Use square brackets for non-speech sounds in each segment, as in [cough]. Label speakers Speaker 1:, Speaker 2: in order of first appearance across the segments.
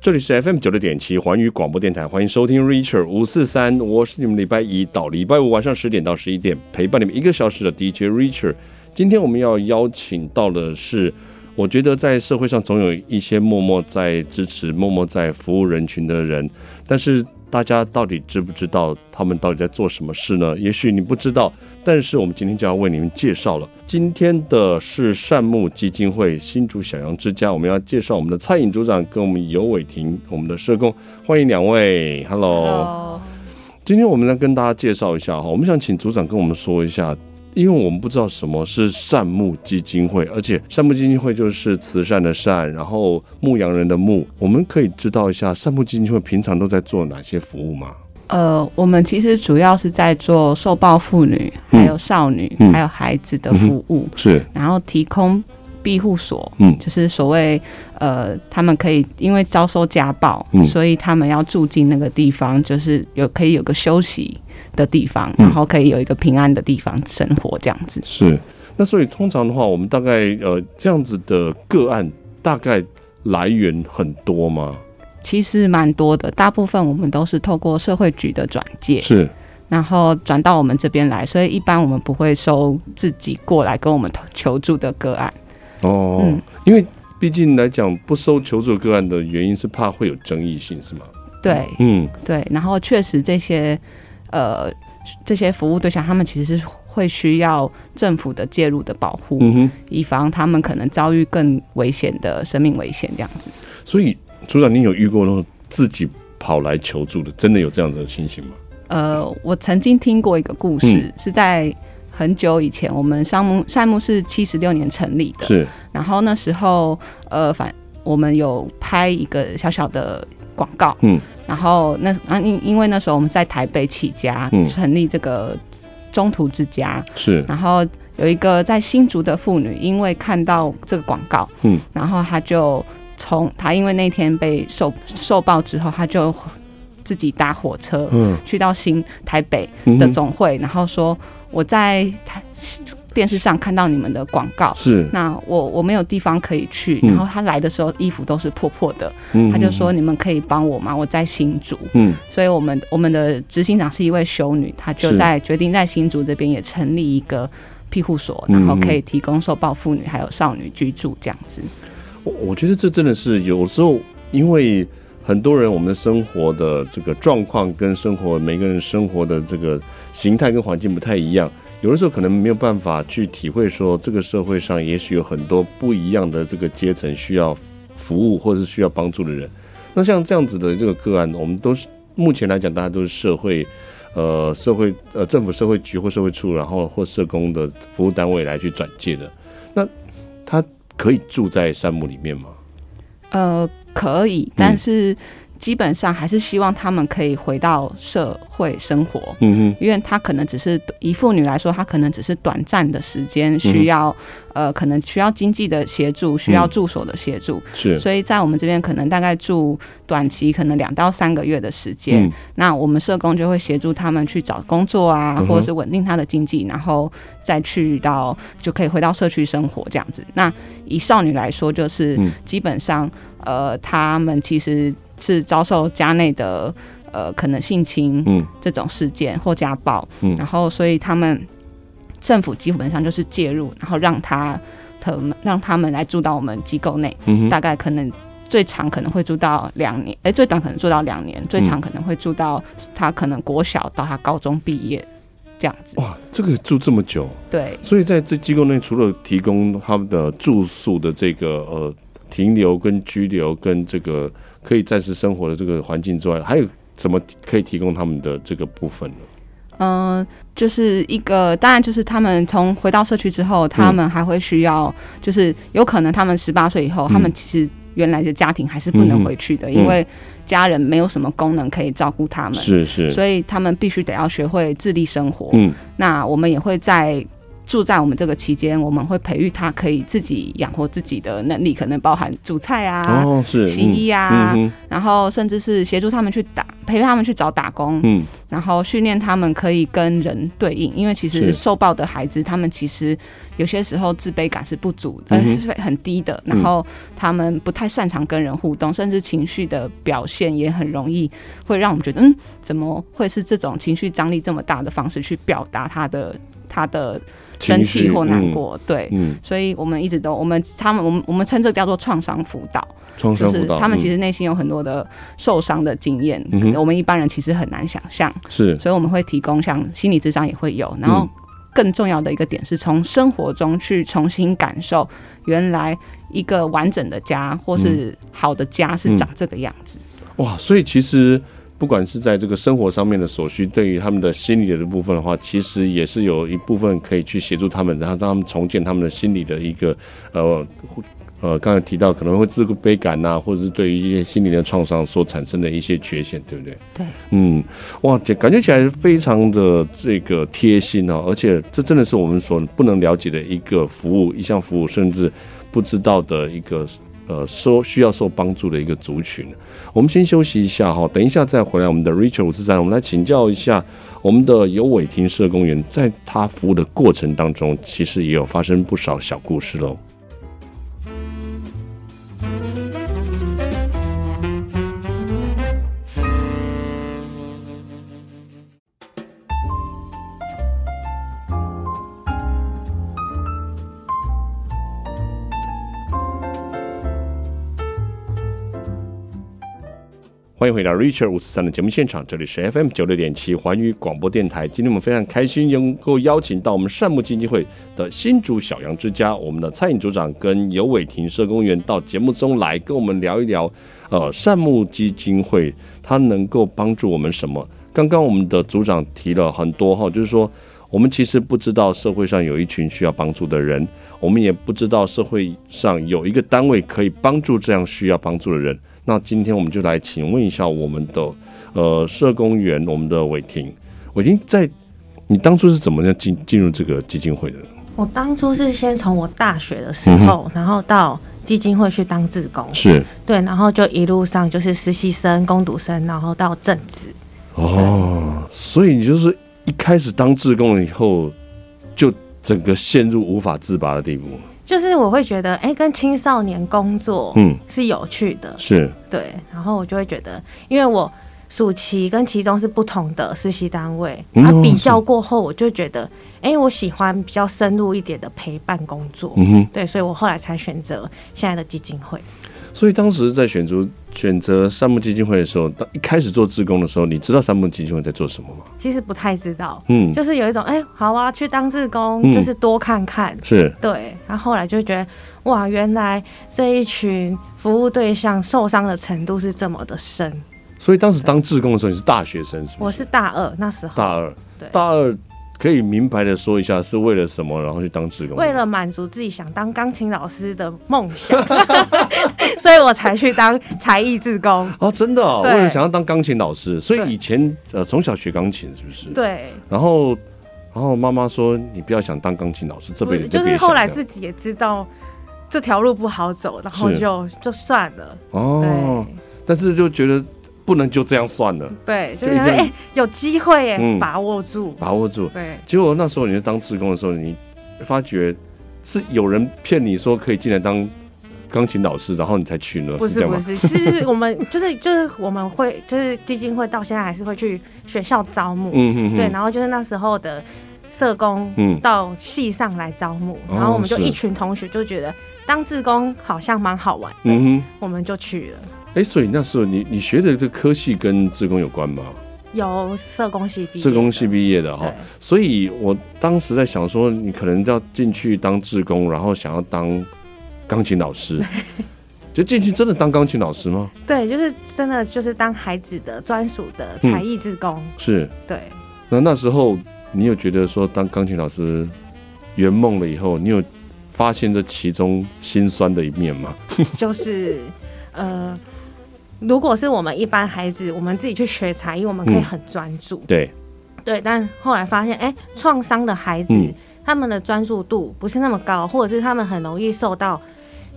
Speaker 1: 这里是 FM 九六点七环宇广播电台，欢迎收听 Richard 五四三，我是你们礼拜一到礼拜五晚上十点到十一点陪伴你们一个小时的 DJ Richard。今天我们要邀请到的是，我觉得在社会上总有一些默默在支持、默默在服务人群的人，但是大家到底知不知道他们到底在做什么事呢？也许你不知道，但是我们今天就要为你们介绍了。今天的是善牧基金会新竹小羊之家，我们要介绍我们的蔡颖组长跟我们尤伟婷，我们的社工，欢迎两位，Hello。
Speaker 2: 哦，
Speaker 1: 今天我们来跟大家介绍一下哈，我们想请组长跟我们说一下，因为我们不知道什么是善牧基金会，而且善牧基金会就是慈善的善，然后牧羊人的牧，我们可以知道一下善牧基金会平常都在做哪些服务吗？
Speaker 2: 呃，我们其实主要是在做受暴妇女、
Speaker 1: 嗯
Speaker 2: 还有少女、
Speaker 1: 嗯
Speaker 2: 还有孩子的服务，
Speaker 1: 是，
Speaker 2: 然后提供庇护所，
Speaker 1: 嗯
Speaker 2: 就是所谓呃，他们可以因为遭受家暴，
Speaker 1: 嗯
Speaker 2: 所以他们要住进那个地方，就是有可以有个休息的地方，
Speaker 1: 嗯
Speaker 2: 然后可以有一个平安的地方生活这样子。
Speaker 1: 是。那所以通常的话，我们大概呃这样子的个案大概来源很多吗？
Speaker 2: 其实蛮多的，大部分我们都是透过社会局的转介，
Speaker 1: 是，
Speaker 2: 然后转到我们这边来，所以一般我们不会收自己过来跟我们求助的个案。
Speaker 1: 哦，
Speaker 2: 嗯
Speaker 1: 因为毕竟来讲，不收求助个案的原因是怕会有争议性，是吗？
Speaker 2: 对
Speaker 1: 嗯，
Speaker 2: 对，然后确实这些呃这些服务对象，他们其实是会需要政府的介入的保护，
Speaker 1: 嗯哼。
Speaker 2: 以防他们可能遭遇更危险的生命危险这样子。
Speaker 1: 所以组长，你有遇过那种自己跑来求助的，真的有这样子的情形吗？
Speaker 2: 呃，我曾经听过一个故事，
Speaker 1: 嗯
Speaker 2: 是在很久以前，我们善木善木是七十六年成立的，
Speaker 1: 是，
Speaker 2: 然后那时候呃，反我们有拍一个小小的广告，
Speaker 1: 嗯，
Speaker 2: 然后那啊因因为那时候我们在台北起家，
Speaker 1: 嗯
Speaker 2: 成立这个中途之家，
Speaker 1: 是，
Speaker 2: 然后有一个在新竹的妇女，因为看到这个广告，
Speaker 1: 嗯，
Speaker 2: 然后她就从她因为那天被受受报之后，她就自己搭火车
Speaker 1: 嗯，
Speaker 2: 去到新台北，
Speaker 1: 嗯
Speaker 2: 的
Speaker 1: 哼
Speaker 2: 总会，然后说我在台电视上看到你们的广告，
Speaker 1: 是，
Speaker 2: 那我我没有地方可以去，
Speaker 1: 嗯
Speaker 2: 然后他来的时候衣服都是破破的，
Speaker 1: 嗯
Speaker 2: 他就说，你们可以帮我吗？我在新竹，
Speaker 1: 嗯，
Speaker 2: 所以我们我们的执行长是一位修女，她就是在决定在新竹这边也成立一个。庇护所，
Speaker 1: 嗯
Speaker 2: 然后可以提供受暴妇女还有少女居住，这样子。
Speaker 1: 我我觉得这真的是有时候，因为很多人我们的生活的这个状况跟生活每个人生活的这个形态跟环境不太一样，有的时候可能没有办法去体会说这个社会上也许有很多不一样的这个阶层需要服务或者是需要帮助的人。那像这样子的这个个案，我们都是目前来讲，大家都是社会。呃，社会呃，政府社会局或社会处，然后或社工的服务单位来去转介的。那他可以住在山姆里面吗？
Speaker 2: 呃，可
Speaker 1: 嗯
Speaker 2: 以，但是基本上还是希望他们可以回到社会生活。
Speaker 1: 嗯
Speaker 2: 因为她可能只是以妇女来说，她可能只是短暂的时间
Speaker 1: 嗯哼
Speaker 2: 需要，呃，可能需要经济的协助，需要住所的协助，
Speaker 1: 哼，是，
Speaker 2: 所以在我们这边可能大概住短期，可能两到三个月的时间。
Speaker 1: 嗯
Speaker 2: 那我们社工就会协助他们去找工作啊，
Speaker 1: 嗯哼
Speaker 2: 或者是稳定他的经济，然后再去到就可以回到社区生活这样子。那以少女来说，就是
Speaker 1: 嗯
Speaker 2: 基本上，呃，他们其实是遭受家内的呃可能性侵，
Speaker 1: 嗯
Speaker 2: 这种事件或家暴，
Speaker 1: 嗯
Speaker 2: 然后所以他们政府基本上就是介入，然后让他他们让他们来住到我们机构内，
Speaker 1: 嗯哼，
Speaker 2: 大概可能最长可能会住到两年，哎，最短可能住到两
Speaker 1: 嗯
Speaker 2: 年，最长可能会住到他可能国小到他高中毕业这样子。
Speaker 1: 哇，这个住这么久，
Speaker 2: 对，
Speaker 1: 所以在这机构内，除了提供他们的住宿的这个呃停留跟居留跟这个可以暂时生活的这个环境之外，还有怎么可以提供他们的这个部分呢？
Speaker 2: 嗯、就是一个，当然就是他们从回到社区之后，他们还会需要，就是有可能他们十八岁以后，
Speaker 1: 嗯
Speaker 2: 他们其实原来的家庭还是不能回去的，
Speaker 1: 嗯
Speaker 2: 因为家人没有什么功能可以照顾他们，
Speaker 1: 是是，
Speaker 2: 所以他们必须得要学会自立生活。
Speaker 1: 嗯
Speaker 2: 那我们也会在住在我们这个期间，我们会培育他可以自己养活自己的能力，可能包含煮菜啊、
Speaker 1: 哦，是
Speaker 2: 洗衣啊，
Speaker 1: 嗯
Speaker 2: 然后甚至是协助他们去打，陪他们去找打工，
Speaker 1: 嗯
Speaker 2: 然后训练他们可以跟人对应，因为其
Speaker 1: 是
Speaker 2: 实受暴的孩子，他们其实有些时候自卑感是不足
Speaker 1: 嗯
Speaker 2: 的，呃，
Speaker 1: 哼
Speaker 2: 是很低的，
Speaker 1: 嗯
Speaker 2: 然后他们不太擅长跟人互动，甚至情绪的表现也很容易会让我们觉得，嗯，怎么会是这种情绪张力这么大的方式去表达他的他的
Speaker 1: 嗯，
Speaker 2: 生
Speaker 1: 情
Speaker 2: 气
Speaker 1: 绪
Speaker 2: 或难，过？对。
Speaker 1: 嗯，嗯
Speaker 2: 所以我们一直都，我们他们，我们我们称这个叫做创伤辅导，
Speaker 1: 创
Speaker 2: 就
Speaker 1: 伤
Speaker 2: 是
Speaker 1: 辅导，
Speaker 2: 他
Speaker 1: 嗯
Speaker 2: 们其实内心有很多的受伤的经验，
Speaker 1: 嗯哼
Speaker 2: 我们一般人其实很难想象。
Speaker 1: 是
Speaker 2: 所以我们会提供像心理智商也会有，然后
Speaker 1: 嗯
Speaker 2: 更重要的一个点是从生活中去重新感受原来一个完整的家或是
Speaker 1: 嗯
Speaker 2: 好的家是长这个样子。
Speaker 1: 哇，所以其实不管是在这个生活上面的所需，对于他们的心理的部分的话，其实也是有一部分可以去协助他们，然后让他们重建他们的心理的一个呃。呃，刚才提到可能会自卑感呐、或者是对于一些心理的创伤所产生的一些缺陷，对不对？
Speaker 2: 对，
Speaker 1: 嗯，哇，这感觉起来非常的这个贴心哦，而且这真的是我们所不能了解的一个服务，一项服务，甚至不知道的一个呃受需要受帮助的一个族群。我们先休息一下哈，等一下再回来。我们的 Richard 五四三，我们来请教一下我们的有伟亭社公园，在他服务的过程当中，其实也有发生不少小故事喽。欢迎回到 Richard 五四三的节目现场，这里是 FM 九六点七环宇广播电台。今天我们非常开心能够邀请到我们善牧基金会的新竹小羊之家，我们的蔡颖组长跟尤伟亭社公园到节目中来跟我们聊一聊，呃，善牧基金会它能够帮助我们什么？刚刚我们的组长提了很多哈，就是说我们其实不知道社会上有一群需要帮助的人，我们也不知道社会上有一个单位可以帮助这样需要帮助的人。那今天我们就来请问一下我们的呃社工员，我们的伟霆，伟霆在你当初是怎么样进进入这个基金会的？
Speaker 3: 我当初是先从我大学的
Speaker 1: 嗯
Speaker 3: 时候，然后到基金会去当志工，
Speaker 1: 是
Speaker 3: 对，然后就一路上就是实习生、工读生，然后到正职。
Speaker 1: 哦，所以你就是一开始当志工了以后，就整个陷入无法自拔的地步。
Speaker 3: 就是我会觉得，哎、跟青少年工作
Speaker 1: 嗯，
Speaker 3: 是有趣的，
Speaker 1: 是
Speaker 3: 对。然后我就会觉得，因为我暑期跟期中是不同的实习单位，
Speaker 1: 嗯
Speaker 3: 啊，
Speaker 1: 哦
Speaker 3: 比较过后，我就觉得，哎、我喜欢比较深入一点的陪伴工作，
Speaker 1: 嗯哼。
Speaker 3: 对，所以我后来才选择现在的基金会。
Speaker 1: 所以当时在选择选择三木基金会的时候，当一开始做志工的时候，你知道三木基金会在做什么吗？
Speaker 3: 其实不太知道，
Speaker 1: 嗯，
Speaker 3: 就是有一种，哎、好啊，去当志工，
Speaker 1: 嗯
Speaker 3: 就是多看看，
Speaker 1: 是
Speaker 3: 对，然后后来就觉得，哇，原来这一群服务对象受伤的程度是这么的深。
Speaker 1: 所以当时当志工的时候，你是大学生是吗？
Speaker 3: 我是大二那时候，
Speaker 1: 大二
Speaker 3: 对，
Speaker 1: 大二可以明白的说一下是为了什么，然后去当志工。
Speaker 3: 为了满足自己想当钢琴老师的梦想， [laughs] 所以我才去当才艺志工。
Speaker 1: 哦，真的、哦，
Speaker 3: 对
Speaker 1: 为了想要当钢琴老师，所以
Speaker 3: 对
Speaker 1: 以前呃从小学钢琴是不是？。
Speaker 3: 对，
Speaker 1: 然后，然后妈妈说你不要想当钢琴老师，这辈子
Speaker 3: 就
Speaker 1: 别
Speaker 3: 是
Speaker 1: 想
Speaker 3: 后来
Speaker 1: 这样
Speaker 3: 自己也知道这条路不好走，然后
Speaker 1: 是
Speaker 3: 就就算了。
Speaker 1: 哦，但是就觉得不能就这样算了，
Speaker 3: 对对，就
Speaker 1: 就一
Speaker 3: 是
Speaker 1: 个人
Speaker 3: 哎、有机会耶、
Speaker 1: 嗯
Speaker 3: 把握住。
Speaker 1: 把握住。
Speaker 3: 对，
Speaker 1: 结果那时候你在当志工的时候，你发觉是有人骗你说可以进来当钢琴老师，然后你才去 [laughs] 呢，
Speaker 3: 不
Speaker 1: 这
Speaker 3: 是
Speaker 1: 样吗
Speaker 3: 不？是，是我们就是就是我们会就是基金会到现在还是会去学校招募，
Speaker 1: 嗯嗯嗯，
Speaker 3: 对，然后就是那时候的社工
Speaker 1: 嗯
Speaker 3: 到系上来招募，
Speaker 1: 哦
Speaker 3: 然后我们就是一群同学就觉得当志工好像蛮好玩的，
Speaker 1: 嗯哼。
Speaker 3: 我们就去了，
Speaker 1: 哎，所以那时候你你学的这个科系跟志工有关吗？
Speaker 3: 由社工系毕业的，
Speaker 1: 志工系毕业的哈
Speaker 3: 对，
Speaker 1: 所以我当时在想说，你可能要进去当志工，然后想要当钢琴老
Speaker 3: [laughs]
Speaker 1: 师，就进去真的当钢琴老师吗？
Speaker 3: 对，就是真的就是当孩子的专属的才艺志工，
Speaker 1: 是。
Speaker 3: 对，
Speaker 1: 那那时候你有觉得说当钢琴老师圆梦了以后，你有发现这其中心酸的一面吗？
Speaker 3: 就是呃。如果是我们一般孩子，我们自己去学才艺，我们可以
Speaker 1: 嗯
Speaker 3: 很专注。
Speaker 1: 对，
Speaker 3: 对，但后来发现，哎、创伤的孩子
Speaker 1: 嗯
Speaker 3: 他们的专注度不是那么高，或者是他们很容易受到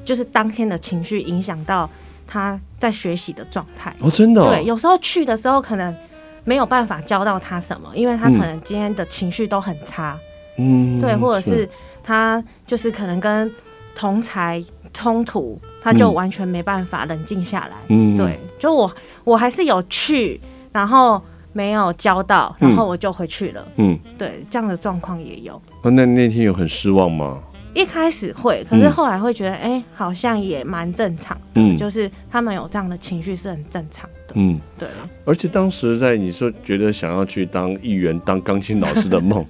Speaker 3: 就是当天的情绪影响到他在学习的状态。
Speaker 1: 哦，真的、哦，
Speaker 3: 对，有时候去的时候可能没有办法教到他什么，因为他可能今天的情绪都很差，
Speaker 1: 嗯，
Speaker 3: 对，或者是他就是可能跟同才冲突，他就
Speaker 1: 嗯
Speaker 3: 完全没办法冷静下来。
Speaker 1: 嗯，
Speaker 3: 对，就我我还是有去，然后没有交到，然后我就回去了。
Speaker 1: 嗯，
Speaker 3: 对，这样的状况也有。
Speaker 1: 哦那那天有很失望吗？
Speaker 3: 一开始会，可是
Speaker 1: 嗯
Speaker 3: 后来会觉得，哎、好像也蛮正常的，
Speaker 1: 嗯
Speaker 3: 就是他们有这样的情绪是很正常的。
Speaker 1: 嗯，
Speaker 3: 对，
Speaker 1: 而且当时在你说觉得想要去当议员、当钢琴老师的 [laughs] 梦，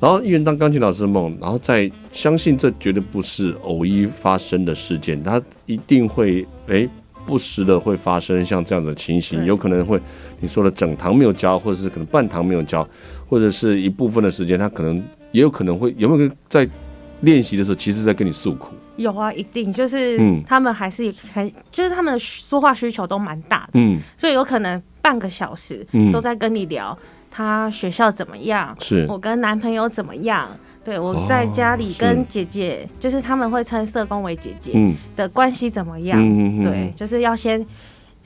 Speaker 1: 然后议员当钢琴老师的梦，然后再相信这绝对不是偶一发生的事件，它一定会诶不时的会发生像这样的情形，
Speaker 3: 对
Speaker 1: 有可能会你说的整堂没有教，或者是可能半堂没有教，或者是一部分的时间，他可能也有可能会有没有在练习的时候，其实在跟你诉苦，
Speaker 3: 有啊，一定就是
Speaker 1: 嗯
Speaker 3: 他们还是很，就是他们的说话需求都蛮大的，
Speaker 1: 嗯
Speaker 3: 所以有可能半个小时
Speaker 1: 嗯
Speaker 3: 都在跟你聊他学校怎么样，
Speaker 1: 是
Speaker 3: 我跟男朋友怎么样？对我在家里
Speaker 1: 哦是
Speaker 3: 跟姐姐，就是他们会称社工为姐姐
Speaker 1: 嗯
Speaker 3: 的关系怎么样？
Speaker 1: 嗯嗯
Speaker 3: 对，就是要先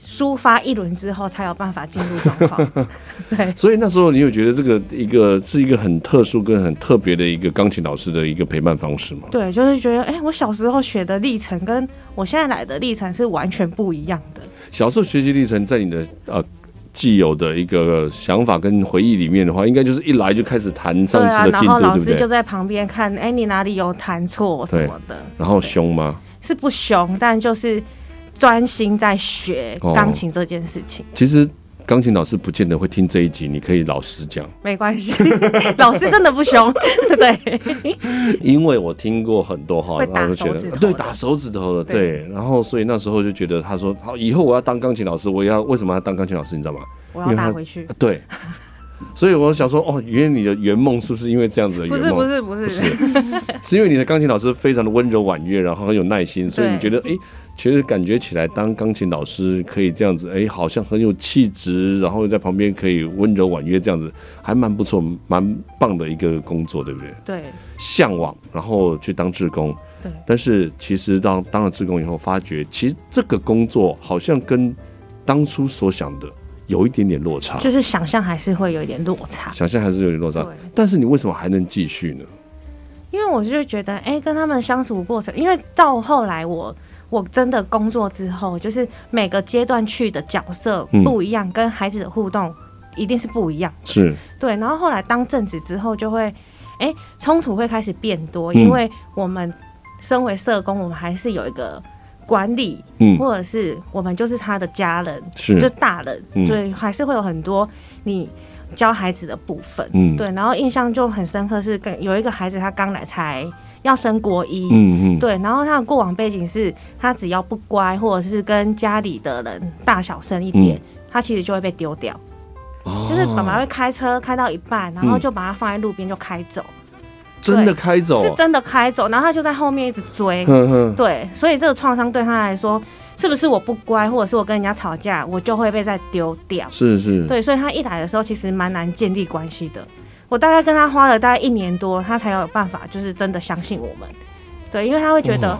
Speaker 3: 抒发一轮之后，才有办法进入状
Speaker 1: [laughs]
Speaker 3: 况。对，
Speaker 1: 所以那时候你有觉得这个一个是一个很特殊跟很特别的一个钢琴老师的一个陪伴方式吗？
Speaker 3: 对，就是觉得，哎、我小时候学的历程跟我现在来的历程是完全不一样的。
Speaker 1: 小时候学习历程在你的呃既有的一个想法跟回忆里面的话，应该就是一来就开始弹
Speaker 3: 对
Speaker 1: 上
Speaker 3: 啊，
Speaker 1: 次的
Speaker 3: 然
Speaker 1: 进
Speaker 3: 后
Speaker 1: 度，
Speaker 3: 老
Speaker 1: 对不
Speaker 3: 师
Speaker 1: 对？
Speaker 3: 就在旁边看，哎、你哪里有弹错什么的，
Speaker 1: 然后凶吗？
Speaker 3: 是不凶，但就是专心在学
Speaker 1: 哦
Speaker 3: 钢琴这件事情。
Speaker 1: 其实钢琴老师不见得会听这一集，你可以老实讲，
Speaker 3: 没关系， [laughs] 老师真的不凶， [laughs] 对，
Speaker 1: 因为我听过很多哈，
Speaker 3: 会
Speaker 1: 然后
Speaker 3: 打
Speaker 1: 就觉
Speaker 3: 手指
Speaker 1: 得
Speaker 3: 头
Speaker 1: 对
Speaker 3: 的
Speaker 1: 打手指头的
Speaker 3: 对
Speaker 1: 对，然后所以那时候就觉得他说好，以后我要当钢琴老师，我也要为什么要当钢琴老师？你知道吗？
Speaker 3: 我
Speaker 1: 因
Speaker 3: 要
Speaker 1: 为他
Speaker 3: 打回去
Speaker 1: 啊。对， [laughs] 所以我想说，哦，原来你的圆梦是不是因为这样子的
Speaker 3: 不
Speaker 1: 圆
Speaker 3: 是
Speaker 1: 梦？
Speaker 3: 不是不是，
Speaker 1: 是因为你的钢琴老师非常的温柔婉约，然后很有耐心，所以你觉
Speaker 3: 对
Speaker 1: 得，哎、其实感觉起来当钢琴老师可以这样子，哎、好像很有气质，然后在旁边可以温柔婉约这样子，还蛮不错，蛮棒的一个工作，对不对？
Speaker 3: 对
Speaker 1: 向往，然后去当志工。
Speaker 3: 对
Speaker 1: 但是其实当当了志工以后，发觉其实这个工作好像跟当初所想的有一点点落差，
Speaker 3: 就是想象还是会有一点落差。
Speaker 1: 想象还是有啊点落
Speaker 3: 对
Speaker 1: 差。，但是你为什么还能继续呢？
Speaker 3: 因为我就觉得，哎、跟他们相处过程，因为到后来我我真的工作之后，就是每个阶段去的角色
Speaker 1: 嗯
Speaker 3: 不一样，跟孩子的互动一定是不一样。
Speaker 1: 是，
Speaker 3: 对，然后后来当正职之后，就会，哎、冲突会开始变多，
Speaker 1: 嗯
Speaker 3: 因为我们身为社工，我们还是有一个管理，
Speaker 1: 嗯，，
Speaker 3: 或者是我们就是他的家人，就是大人，
Speaker 1: 嗯
Speaker 3: 对，还是会有很多你教孩子的部分，
Speaker 1: 嗯，，
Speaker 3: 对。然后印象就很深刻是跟有一个孩子，他刚来才要升国一，
Speaker 1: 嗯嗯，
Speaker 3: 对。然后他的过往背景是他只要不乖，或者是跟家里的人大小声一点，
Speaker 1: 嗯
Speaker 3: 他其实就会被丢掉。
Speaker 1: 哦嗯
Speaker 3: 就是妈妈会开车开到一半，然后就把它放在路边就开走，
Speaker 1: 真的开走啊
Speaker 3: 是，真的开走，然后他就在后面一直追。
Speaker 1: 哼哼，
Speaker 3: 对，所以这个创伤对他来说，是不是我不乖，或者是我跟人家吵架，我就会被再丢掉？
Speaker 1: 是是，
Speaker 3: 对，所以他一来的时候，其实蛮难建立关系的。我大概跟他花了大概一年多，他才有办法就是真的相信我们。对，因为他会觉得
Speaker 1: 哇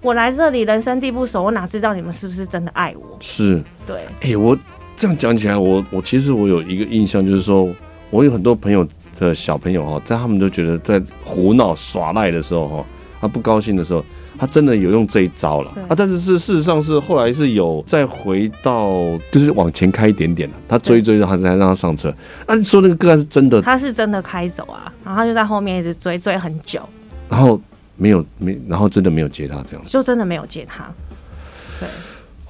Speaker 3: 我来这里人生地不熟，我哪知道你们是不是真的爱我？
Speaker 1: 是，
Speaker 3: 对，
Speaker 1: 哎、我这样讲起来，我我其实我有一个印象，就是说我有很多朋友的小朋友哈，在他们都觉得在胡闹耍赖的时候哈，他不高兴的时候，他真的有用这一招了
Speaker 3: 对
Speaker 1: 啊。但是是事实上是后来是有再回到，就是往前开一点点了，他追一追，然后才让他上车。啊，你说那个个案是真的，
Speaker 3: 他是真的开走啊，然后他就在后面一直追追很久，
Speaker 1: 然后没有没，然后真的没有接他这样子。
Speaker 3: 就真的没有接他。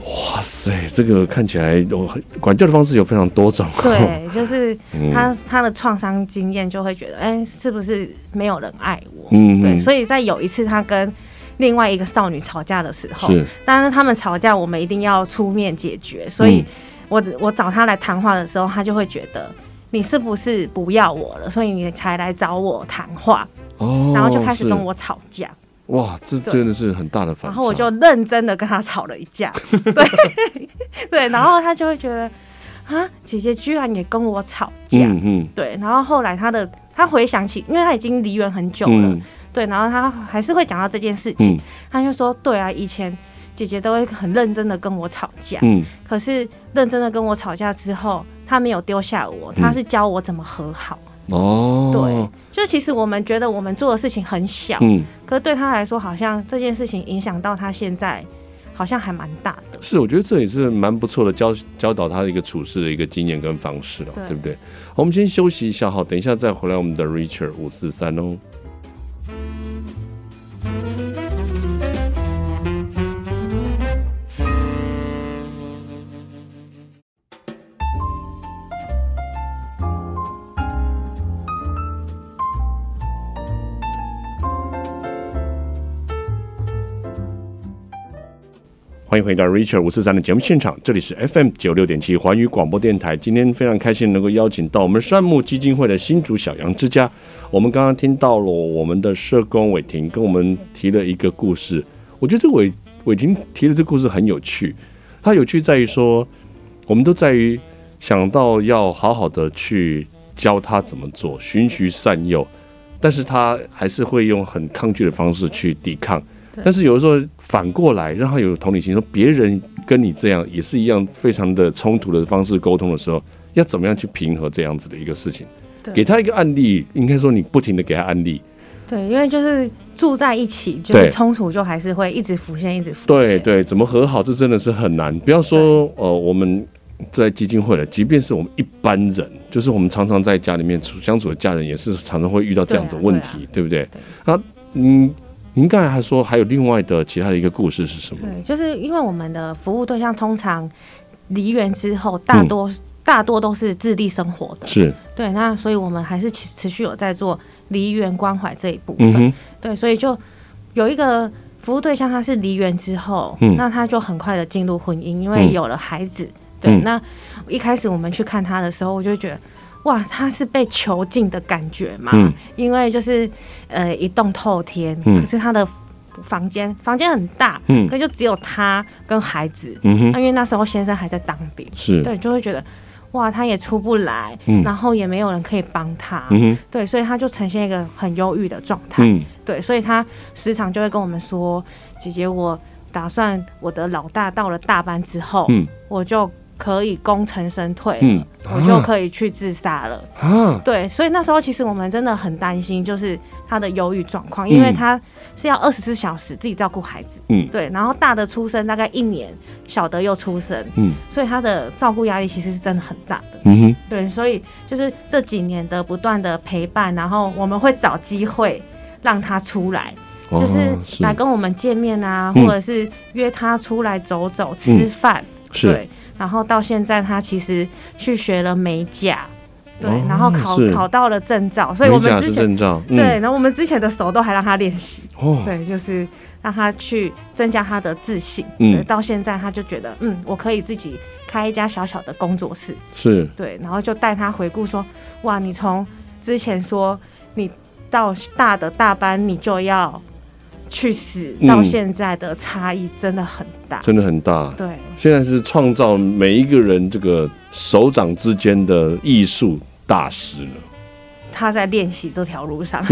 Speaker 1: 哇塞，这个看起来我很管教的方式有非常多种。
Speaker 3: 对，就是
Speaker 1: 嗯，
Speaker 3: 他、他的创伤经验就会觉得，哎、是不是没有人爱我？
Speaker 1: 嗯
Speaker 3: 对，
Speaker 1: 以
Speaker 3: 所以在有一次他跟另外一个少女吵架的时候，
Speaker 1: [laughs] 是
Speaker 3: 但是他们吵架，我们一定要出面解决，所以
Speaker 1: 嗯
Speaker 3: 我、我找他来谈话的时候，他就会觉得。你是不是不要我了？所以你才来找我谈话，
Speaker 1: 哦，
Speaker 3: 然后就开始
Speaker 1: 是
Speaker 3: 跟我吵架，
Speaker 1: 哇，这
Speaker 3: 对
Speaker 1: 真的是很大的反差。
Speaker 3: 然后我就认真的跟他吵了一架，对 [laughs] 对，然后他就会觉得啊，姐姐居然也跟我吵架，
Speaker 1: 嗯嗯
Speaker 3: 对，然后后来他的他回想起，因为他已经离园很久了，
Speaker 1: 嗯
Speaker 3: 对，然后他还是会讲到这件事情，
Speaker 1: 嗯
Speaker 3: 他就说，对啊，以前姐姐都会很认真的跟我吵架，
Speaker 1: 嗯
Speaker 3: 可是认真的跟我吵架之后，他没有丢下我，
Speaker 1: 嗯
Speaker 3: 他是教我怎么和好。
Speaker 1: 哦，
Speaker 3: 对，就其实我们觉得我们做的事情很小，
Speaker 1: 嗯，
Speaker 3: 可是对他来说，好像这件事情影响到他现在，好像还蛮大的。
Speaker 1: 是，我觉得这也是蛮不错的教教导他的一个处事的一个经验跟方式哦，
Speaker 3: 对
Speaker 1: 对不对？好我们先休息一下哈，等一下再回来我们的 Richard 五四三哦。欢迎回到 Richard 五四三的节目现场，这里是 FM 九六点七环宇广播电台。今天非常开心能够邀请到我们善牧基金会的新竹小羊之家。我们刚刚听到了我们的社工伟霆跟我们提了一个故事，我觉得这伟伟霆提的这故事很有趣。它有趣在于说，我们都在于想到要好好的去教他怎么做，循循善诱，但是他还是会用很抗拒的方式去抵抗。但是有的时候反过来让他有同理心，说别人跟你这样也是一样非常的冲突的方式沟通的时候，要怎么样去平和这样子的一个事情？
Speaker 3: 对
Speaker 1: 给他一个案例，应该说你不停的给他案例，
Speaker 3: 对，因为就是住在一起，就是
Speaker 1: 对
Speaker 3: 冲突就还是会一直浮现，一直浮现。
Speaker 1: 对对，怎么和好这真的是很难。不要说呃我们在基金会了，即便是我们一般人，就是我们常常在家里面处相处的家人，也是常常会遇到这样子的问题，对不对？啊，嗯，您刚才还说还有另外的其他的一个故事是什么？
Speaker 3: 对，就是因为我们的服务对象通常离园之后，大多、
Speaker 1: 嗯
Speaker 3: 大多都是自立生活的。
Speaker 1: 是，
Speaker 3: 对，那所以我们还是持持续有在做离园关怀这一部分。
Speaker 1: 嗯哼，
Speaker 3: 对，所以就有一个服务对象，他是离园之后，
Speaker 1: 嗯
Speaker 3: 那他就很快的进入婚姻，因为
Speaker 1: 嗯
Speaker 3: 有了孩子。对，
Speaker 1: 嗯
Speaker 3: 那一开始我们去看他的时候，我就觉得。哇，他是被囚禁的感觉嘛？
Speaker 1: 嗯
Speaker 3: 因为就是呃一栋透天，
Speaker 1: 嗯
Speaker 3: 可是他的房间房间很大，
Speaker 1: 嗯
Speaker 3: 可就只有他跟孩子。
Speaker 1: 嗯
Speaker 3: 那
Speaker 1: 哼，
Speaker 3: 因为那时候先生还在当兵，
Speaker 1: 是，
Speaker 3: 对，就会觉得哇，他也出不来，
Speaker 1: 嗯
Speaker 3: 然后也没有人可以帮他，
Speaker 1: 嗯哼。
Speaker 3: 对，所以他就呈现一个很忧郁的状态。
Speaker 1: 嗯
Speaker 3: 对，所以他时常就会跟我们说：“姐姐，我打算我的老大到了大班之后，
Speaker 1: 嗯
Speaker 3: 我就可以功成身退了，
Speaker 1: 嗯
Speaker 3: 我就可以去自杀了。
Speaker 1: 啊，
Speaker 3: 对，所以那时候其实我们真的很担心，就是他的忧郁状况，因为
Speaker 1: 嗯
Speaker 3: 他是要二十四小时自己照顾孩子，
Speaker 1: 嗯
Speaker 3: 对，然后大的出生大概一年，小的又出生，
Speaker 1: 嗯
Speaker 3: 所以他的照顾压力其实是真的很大的。
Speaker 1: 嗯哼，
Speaker 3: 对，所以就是这几年的不断的陪伴，然后我们会找机会让他出来，
Speaker 1: 哦
Speaker 3: 就是来跟我们见面啊，
Speaker 1: 嗯
Speaker 3: 或者是约他出来走走、吃饭，
Speaker 1: 是
Speaker 3: 对。然后到现在，他其实去学了美甲，对，
Speaker 1: 哦
Speaker 3: 然后考
Speaker 1: 是
Speaker 3: 考到了证照，所以我
Speaker 1: 美
Speaker 3: 们
Speaker 1: 甲
Speaker 3: 之
Speaker 1: 是
Speaker 3: 前。
Speaker 1: 证照，嗯
Speaker 3: 对，然后我们之前的手都还让他练习，
Speaker 1: 哦，
Speaker 3: 对，就是让他去增加他的自信。
Speaker 1: 嗯
Speaker 3: 对，到现在他就觉得，嗯，我可以自己开一家小小的工作室，
Speaker 1: 是
Speaker 3: 对，然后就带他回顾说，哇，你从之前说你到大的大班你就要去死，
Speaker 1: 嗯
Speaker 3: 到现在的差异真的很大。
Speaker 1: 真的很大。
Speaker 3: 对
Speaker 1: 现在是创造每一个人这个手掌之间的艺术大师了，
Speaker 3: 他在练习这条路上，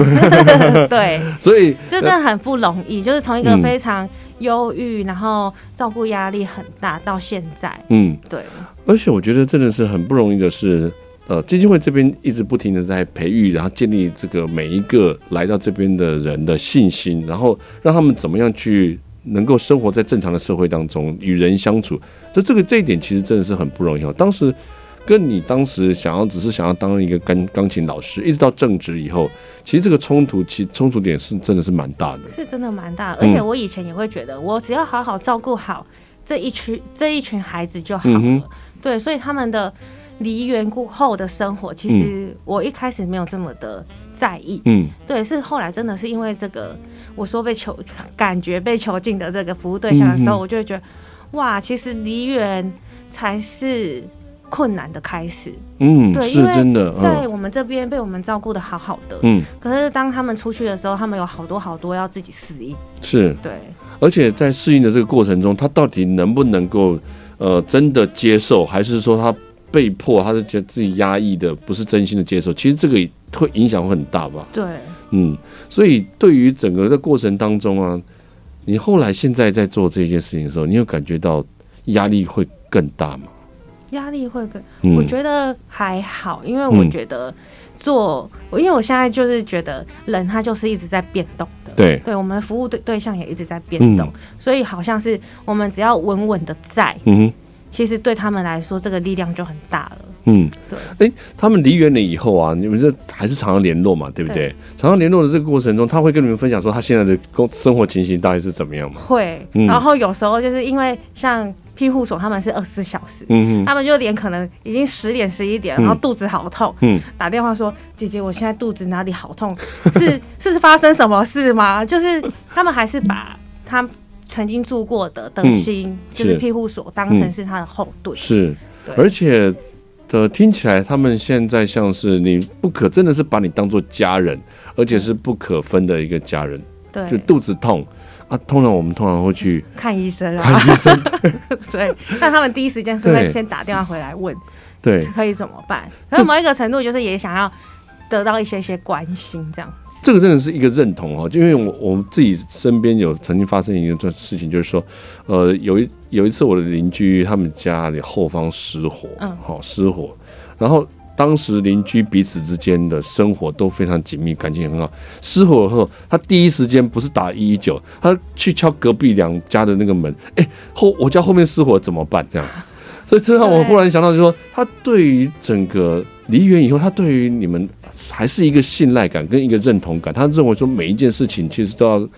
Speaker 3: [laughs] 对，
Speaker 1: 所以
Speaker 3: 这真的很不容易。就是从一个
Speaker 1: 嗯
Speaker 3: 非常忧郁，然后照顾压力很大，到现在，
Speaker 1: 嗯，
Speaker 3: 对
Speaker 1: 而且我觉得真的是很不容易的是，呃，基金会这边一直不停的在培育，然后建立这个每一个来到这边的人的信心，然后让他们怎么样去能够生活在正常的社会当中，与人相处。这这个这一点其实真的是很不容易哦。当时跟你当时想要只是想要当一个钢钢琴老师，一直到正职以后，其实这个冲突其冲突点是真的是蛮大的。
Speaker 3: 是真的蛮大的。
Speaker 1: 嗯
Speaker 3: 而且我以前也会觉得，我只要好好照顾好这一群这一群孩子就好了。
Speaker 1: 嗯哼
Speaker 3: 对，所以他们的离园过后的生活，其实我一开始没有这么的在意。
Speaker 1: 嗯
Speaker 3: 对，是后来真的是因为这个，我说被囚， [laughs] 感觉被囚禁的这个服务对象的时候，
Speaker 1: 嗯哼
Speaker 3: 我就会觉得，哇，其实离园才是困难的开始。
Speaker 1: 嗯，
Speaker 3: 对
Speaker 1: 是
Speaker 3: 因为
Speaker 1: 真的，
Speaker 3: 在
Speaker 1: 嗯
Speaker 3: 我们这边被我们照顾的好好的，
Speaker 1: 嗯
Speaker 3: 可是当他们出去的时候，他们有好多好多要自己适应。
Speaker 1: 是。
Speaker 3: 对，
Speaker 1: 而且在适应的这个过程中，他到底能不能够呃真的接受，还是说他被迫，他是觉得自己压抑的，不是真心的接受，其实这个也会影响会很大吧？
Speaker 3: 对，
Speaker 1: 嗯，所以对于整个的过程当中啊，你后来现在在做这件事情的时候，你有感觉到压力会更大吗？
Speaker 3: 压力会更，
Speaker 1: 嗯，
Speaker 3: 我觉得还好，因为我
Speaker 1: 嗯
Speaker 3: 觉得做，因为我现在就是觉得人他就是一直在变动的，
Speaker 1: 对，
Speaker 3: 对，我们的服务对对象也一直在变
Speaker 1: 嗯
Speaker 3: 动，所以好像是我们只要稳稳的在，
Speaker 1: 嗯哼，
Speaker 3: 其实对他们来说这个力量就很大了。
Speaker 1: 嗯，
Speaker 3: 对，
Speaker 1: 哎，他们离远了以后啊，你们这还是常常联络嘛，对不对？
Speaker 3: 对
Speaker 1: 常常联络的这个过程中，他会跟你们分享说他现在的工生活情形大概是怎么样吗？
Speaker 3: 会，
Speaker 1: 嗯
Speaker 3: 然后有时候就是因为像庇护所他们是二十四小时。
Speaker 1: 嗯哼，
Speaker 3: 他们就连可能已经十点十一点，
Speaker 1: 嗯
Speaker 3: 然后肚子好痛，
Speaker 1: 嗯
Speaker 3: 打电话说：“姐姐，我现在肚子哪里好痛？ [laughs] 是是发生什么事吗？”就是他们还是把他曾经住过的德心，就是
Speaker 1: 嗯是
Speaker 3: 庇护所，当成是他的后盾。
Speaker 1: 是，
Speaker 3: 对
Speaker 1: 而且的听起来他们现在像是你不可真的是把你当做家人，而且是不可分的一个家人，就
Speaker 3: 对，
Speaker 1: 肚子痛啊，通常我们通常会去
Speaker 3: 看医
Speaker 1: [laughs]
Speaker 3: 生
Speaker 1: 看
Speaker 3: 啊，
Speaker 1: 医生，
Speaker 3: [laughs] 对。但他们第一时间是会
Speaker 1: 对
Speaker 3: 先打电话回来问
Speaker 1: 对，
Speaker 3: 可以怎么办。
Speaker 1: 这
Speaker 3: 可是某一个程度，就是也想要得到一些些关心，这样子。
Speaker 1: 这个真的是一个认同哦，就因为我我们自己身边有曾经发生一个事情，就是说，呃，有一有一次我的邻居他们家里后方失火，
Speaker 3: 嗯
Speaker 1: 好、失火，然后当时邻居彼此之间的生活都非常紧密，感情也很好。失火后，他第一时间不是打一一九，他去敲隔壁两家的那个门，哎，后我家后面失火怎么办？这样，所以这让我
Speaker 3: 对
Speaker 1: 忽然想到，就是说他对于整个离园以后，他对于你们还是一个信赖感跟一个认同感。他认为说每一件事情其实都要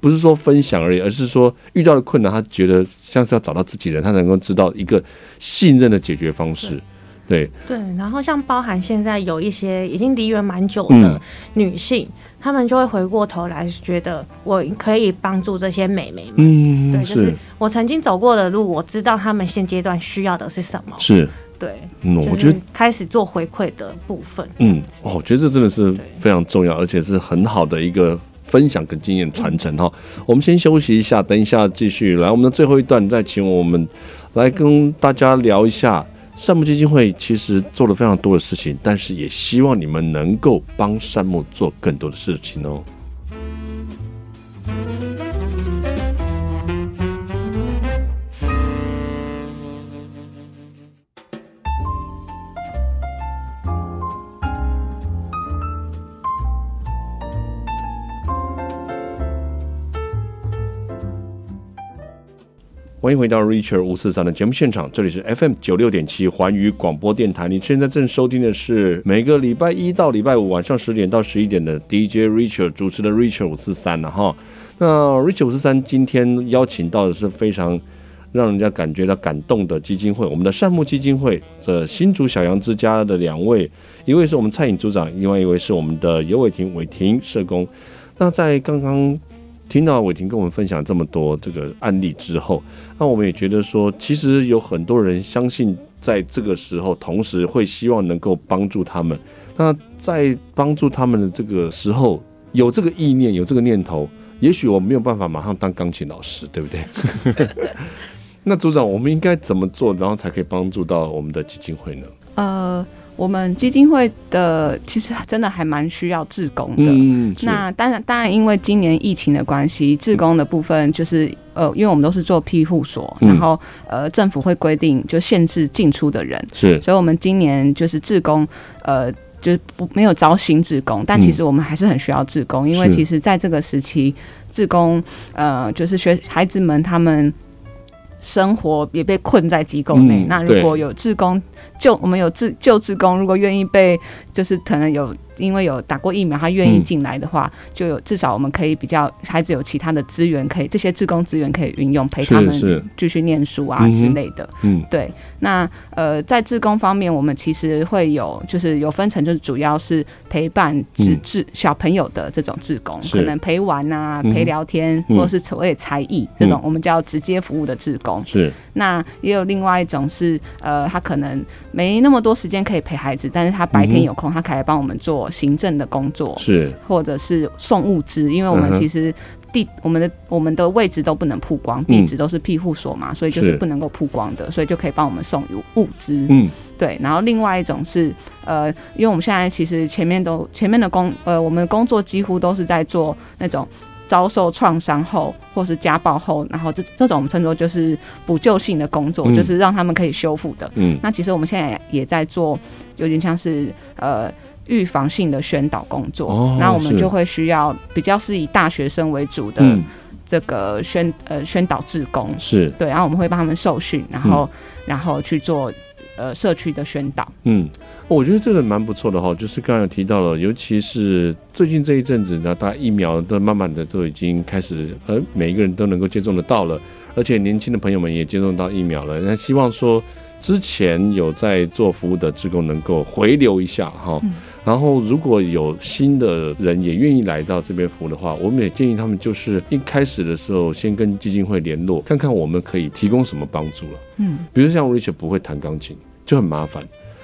Speaker 1: 不是说分享而已，而是说遇到的困难，他觉得像是要找到自己人，他能够知道一个信任的解决方式。对，
Speaker 3: 对，然后像包含现在有一些已经离园蛮久
Speaker 1: 嗯
Speaker 3: 的女性，她们就会回过头来觉得我可以帮助这些美眉们。对，
Speaker 1: 嗯，
Speaker 3: 就是我曾经走过的路，我知道她们现阶段需要的是什么。
Speaker 1: 是，
Speaker 3: 对，
Speaker 1: 嗯，
Speaker 3: 就
Speaker 1: 我
Speaker 3: 是
Speaker 1: 觉得，
Speaker 3: 开始做回馈的部分。
Speaker 1: 嗯，哦我觉得这真的是
Speaker 3: 对
Speaker 1: 非常重要，而且是很好的一个分享跟
Speaker 3: 嗯
Speaker 1: 经验传承哈。我们先休息一下，等一下继续来我们的最后一段，再请我们
Speaker 3: 嗯
Speaker 1: 来跟大家聊一下。善牧基金会其实做了非常多的事情，但是也希望你们能够帮善牧做更多的事情哦。欢迎回到 Richard 五四三的节目现场，这里是 FM 九六点七环宇广播电台。你现在正收听的是每个礼拜一到礼拜五晚上十点到十一点的 DJ Richard 主持的 Richard 五四三了哈。那 Richard 五四三今天邀请到的是非常让人家感觉到感动的基金会，我们的善牧基金会这新竹小羊之家的两位，一位是我们蔡颖组长，另外一位是我们的尤伟婷伟婷社工。那在刚刚听到伟婷跟我们分享这么多这个案例之后，那我们也觉得说，其实有很多人相信，在这个时候，同时会希望能够帮助他们。那在帮助他们的这个时候，有这个意念，有这个念头，也许我没有办法马上当钢琴老师，对不对？ [laughs] 那组长，我们应该怎么做，然后才可以帮助到我们的基金会呢？
Speaker 2: 呃，我们基金会的其实真的还蛮需要志工的。
Speaker 1: 嗯，是
Speaker 2: 那当然，当然，因为今年疫情的关系，志工的部分就是呃，因为我们都是做庇护所，
Speaker 1: 嗯
Speaker 2: 然后呃，政府会规定就限制进出的人，
Speaker 1: 是
Speaker 2: 所以我们今年就是志工，呃，就是不没有招新志工，但其实我们还是很需要志工，因为
Speaker 1: 嗯是
Speaker 2: 其实在这个时期，志工呃，就是学孩子们他们。生活也被困在机构内。
Speaker 1: 嗯
Speaker 2: 那
Speaker 1: 对
Speaker 2: 如果有志工，就我们有志就志工，如果愿意被，就是可能有因为有打过疫苗，他愿意
Speaker 1: 嗯
Speaker 2: 进来的话，就有至少我们可以比较孩子有其他的资源，可以这些志工资源可以运用，陪他
Speaker 1: 是
Speaker 2: 们
Speaker 1: 是
Speaker 2: 继续念书啊
Speaker 1: 嗯哼
Speaker 2: 之类的。
Speaker 1: 嗯
Speaker 2: 对，那呃，在志工方面，我们其实会有就是有分成，就是主要是陪伴志
Speaker 1: 嗯
Speaker 2: 志、小朋友的这种志工，
Speaker 1: 是
Speaker 2: 可能陪玩啊、
Speaker 1: 嗯哼
Speaker 2: 陪聊天，
Speaker 1: 嗯
Speaker 2: 或者是所谓才艺、这种，我们叫直接服务的志工。
Speaker 1: 是
Speaker 2: 那也有另外一种是，呃，他可能没那么多时间可以陪孩子，但是他白
Speaker 1: 嗯
Speaker 2: 天
Speaker 1: 哼
Speaker 2: 有空，他可以来帮我们做行政的工作，
Speaker 1: 是
Speaker 2: 或者是送物资，因为我们
Speaker 1: 嗯哼
Speaker 2: 其实地、我们的我们的位置都不能曝
Speaker 1: 嗯
Speaker 2: 光，地址都是庇护所嘛，所以就是
Speaker 1: 是
Speaker 2: 不能够曝光的，所以就可以帮我们送物物资。
Speaker 1: 嗯
Speaker 2: 对，然后另外一种是，呃，因为我们现在其实前面都前面的工，呃，我们的工作几乎都是在做那种遭受创伤后或是家暴后，然后这这种我们称作就是补救性的工作，
Speaker 1: 嗯
Speaker 2: 就是让他们可以修复的。
Speaker 1: 嗯
Speaker 2: 那其实我们现在也在做，有点像是呃预防性的宣导工作。
Speaker 1: 哦
Speaker 2: 那我们
Speaker 1: 是
Speaker 2: 就会需要比较是以大学生为主的
Speaker 1: 嗯，
Speaker 2: 这个宣呃宣导志工，
Speaker 1: 是
Speaker 2: 对，然后我们会帮他们受训，然后、然后去做呃社区的宣导。
Speaker 1: 嗯，我觉得这个蛮不错的哈，就是刚刚有提到了，尤其是最近这一阵子呢，大家疫苗都慢慢的都已经开始，呃，每一个人都能够接种得到了，而且年轻的朋友们也接种到疫苗了。那希望说之前有在做服务的职工能够回流一下哈。
Speaker 2: 嗯
Speaker 1: 然后，如果有新的人也愿意来到这边服务的话，我们也建议他们就是一开始的时候先跟基金会联络，看看我们可以提供什么帮助了。
Speaker 2: 嗯，
Speaker 1: 比如像 Richard 不会弹钢琴，就很麻烦。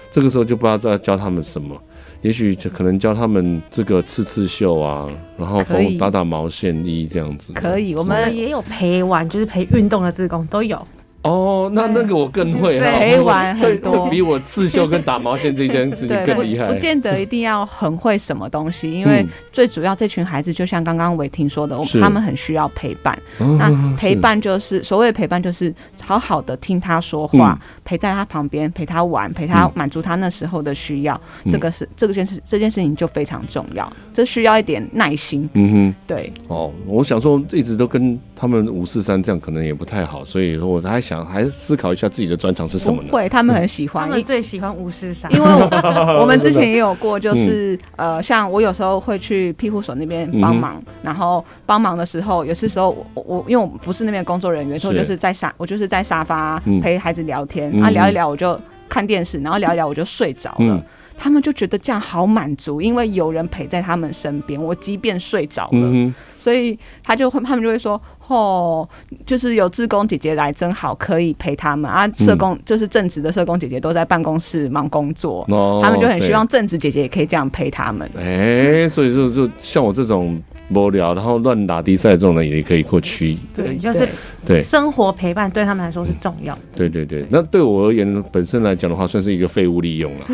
Speaker 1: 这个时候就不知道在教他们什么，也许就可能教他们这个刺刺绣啊，然后
Speaker 2: 可以
Speaker 1: 缝打打毛线衣这样子。
Speaker 2: 可以我
Speaker 3: 我们
Speaker 2: 们
Speaker 3: 也有陪玩，就是陪运动的志工都有。
Speaker 1: 哦，那那个我更会啊，[laughs]
Speaker 3: 对
Speaker 2: 陪玩
Speaker 1: 会
Speaker 2: 很多
Speaker 1: 会比我刺绣跟打毛线这件事情
Speaker 2: 对，
Speaker 1: 更厉
Speaker 2: 不
Speaker 1: 害
Speaker 2: 不。见得一定要很会什么东西，因为
Speaker 1: 嗯
Speaker 2: 最主要这群孩子就像刚刚伟霆说的，我
Speaker 1: 是
Speaker 2: 他们很需要陪伴。
Speaker 1: 哦
Speaker 2: 那陪
Speaker 1: 是
Speaker 2: 伴就是所谓的陪伴，就是好好的听他说话，陪在他旁边，陪他玩，陪他
Speaker 1: 嗯
Speaker 2: 满足他那时候的需要。
Speaker 1: 嗯
Speaker 2: 这个是这个件事，这件事情就非常重要，这需要一点耐心。
Speaker 1: 嗯
Speaker 2: 对，
Speaker 1: 哼，哦，我想说一直都跟他们五四三这样可能也不太好，所以说我还想还思考一下自己的专长是什
Speaker 2: 不
Speaker 1: 么呢？
Speaker 2: 会，他们很喜
Speaker 3: 他
Speaker 2: 欢，
Speaker 3: 们
Speaker 2: 因
Speaker 3: 最喜欢巫师山，
Speaker 2: 因
Speaker 1: [laughs]
Speaker 2: 为我我们之前也有过，就是呃，像我有时候会去庇护所那边帮
Speaker 1: 嗯
Speaker 2: 忙，然后帮忙的时候，有些时候我我我因为我不是那边的工作人员，所以我
Speaker 1: 是
Speaker 2: 就是在沙我就是在沙发
Speaker 1: 嗯
Speaker 2: 陪孩子聊天，
Speaker 1: 嗯
Speaker 2: 啊聊一聊我就看电视，然后聊一聊我就睡着了。
Speaker 1: 嗯
Speaker 2: 他们就觉得这样好满足，因为有人陪在他们身边，我即便睡着了，
Speaker 1: 嗯
Speaker 2: 所以他就会他们就会说。哦，就是有志工姐姐来真好，可以陪他们
Speaker 1: 嗯
Speaker 2: 啊。社工、就是正职的社工姐姐都在办公室忙工作，
Speaker 1: 哼，哦，
Speaker 2: 他们就很
Speaker 1: 对
Speaker 2: 希望正职姐姐也可以这样陪他们。
Speaker 1: 哎、所以说就像我这种无聊，然后乱打比赛这种人也可以过去。
Speaker 3: 对，就是
Speaker 1: 对嗯
Speaker 3: 生活陪伴对他们来说是重要的。
Speaker 1: 对对对，那对我而言本身来讲的话，算是一个废物利
Speaker 2: [laughs]
Speaker 1: 用了。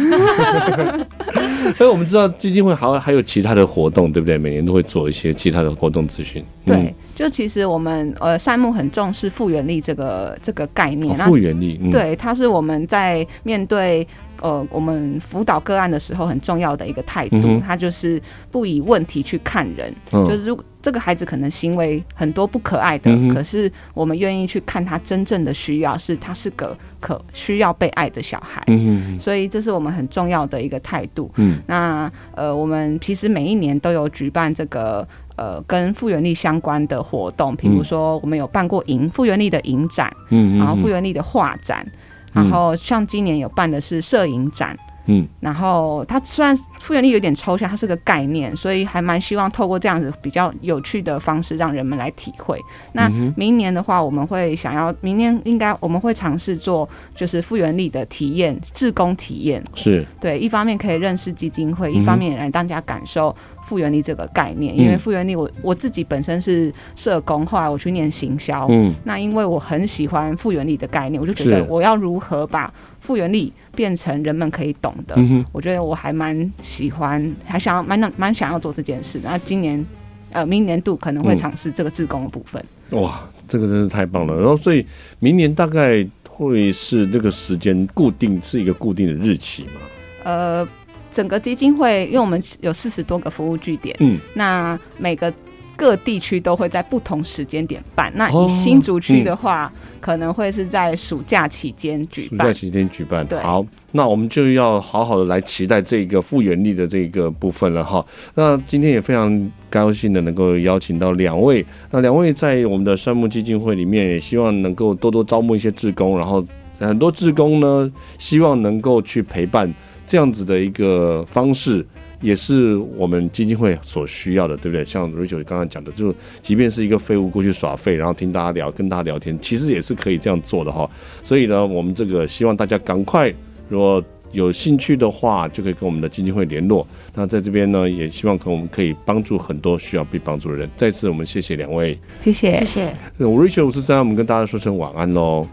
Speaker 1: 哎，我们知道基金会还还有其他的活动，对不对？每年都会做一些其他的活动咨询。
Speaker 2: 对，就其实我们呃三木很重视复原力这个这个概
Speaker 1: 嗯，
Speaker 2: 念，
Speaker 1: 哦复原力，嗯，
Speaker 2: 对，它是我们在面对呃我们辅导个案的时候很重要的一个态度，
Speaker 1: 嗯哼
Speaker 2: 它就是不以问题去看人，
Speaker 1: 嗯
Speaker 2: 就是如果这个孩子可能行为很多不可爱的，
Speaker 1: 嗯哼
Speaker 2: 可是我们愿意去看他真正的需要，是他是个可需要被爱的小孩。
Speaker 1: 嗯哼
Speaker 2: 所以这是我们很重要的一个态度。
Speaker 1: 嗯
Speaker 2: 那呃，我们其实每一年都有举办这个呃跟复原力相关的活动，比如
Speaker 1: 嗯
Speaker 2: 说我们有办过营复原力的影展，
Speaker 1: 嗯，
Speaker 2: 然后复
Speaker 1: 原，
Speaker 2: 原力的画展，
Speaker 1: 嗯
Speaker 2: 然后像今年有办的是摄影展。
Speaker 1: 嗯
Speaker 2: 然后呃它虽然复原力有点抽象，它是个概念，所以还蛮希望透过这样子比较有趣的方式，让人们来体会。
Speaker 1: 嗯
Speaker 2: 那明年的话，我们会想要明年应该我们会尝试做就是复原力的体验，志工体验。
Speaker 1: 是，
Speaker 2: 对，一方面可以认识基金会，
Speaker 1: 嗯
Speaker 2: 一方面也让大家感受复原力这个概念。因为
Speaker 1: 嗯
Speaker 2: 复原力我，我自己本身是社工，后来我去念行销，
Speaker 1: 嗯
Speaker 2: 那因为我很喜欢复原力的概念，我就觉得
Speaker 1: 是
Speaker 2: 我要如何把复原力变成人们可以懂的。
Speaker 1: 嗯哼，
Speaker 2: 我觉得我还蛮喜欢，还想要蛮能蛮想要做这件事的。那今年，呃，明年度可能会
Speaker 1: 嗯
Speaker 2: 尝试这个志工的部分。
Speaker 1: 哇，这个真是太棒了。然后所以明年大概会是这个时间固定是一个固定的日期嘛？
Speaker 2: 呃，整个基金会，因为我们有四十多个服务据点，
Speaker 1: 嗯，
Speaker 2: 那每个各地区都会在不同时间点办。那
Speaker 1: 哦
Speaker 2: 以新竹区的话，可能会是在暑假期间举
Speaker 1: 暑假
Speaker 2: 办。
Speaker 1: 期间举办。
Speaker 2: 对
Speaker 1: 好，那我们就要好好的来期待这个复原力的这个部分了哈。那今天也非常高兴的能够邀请到两位，那两位在我们的山木基金会里面，也希望能够多多招募一些志工，然后很多志工呢，希望能够去陪伴这样子的一个方式。也是我们基金会所需要的，对不对？像 Rachel 刚刚讲的，就即便是一个废物过去耍废，然后听大家聊，跟大家聊天，其实也是可以这样做的哈。所以呢，我们这个希望大家赶快，如果有兴趣的话，就可以跟我们的基金会联络。那在这边呢，也希望可我们可以帮助很多需要被帮助的人。再次，我们谢谢两位。
Speaker 2: 谢谢
Speaker 3: 谢谢。
Speaker 1: 那我 Rachel 五十三，我们跟大家说声晚安喽。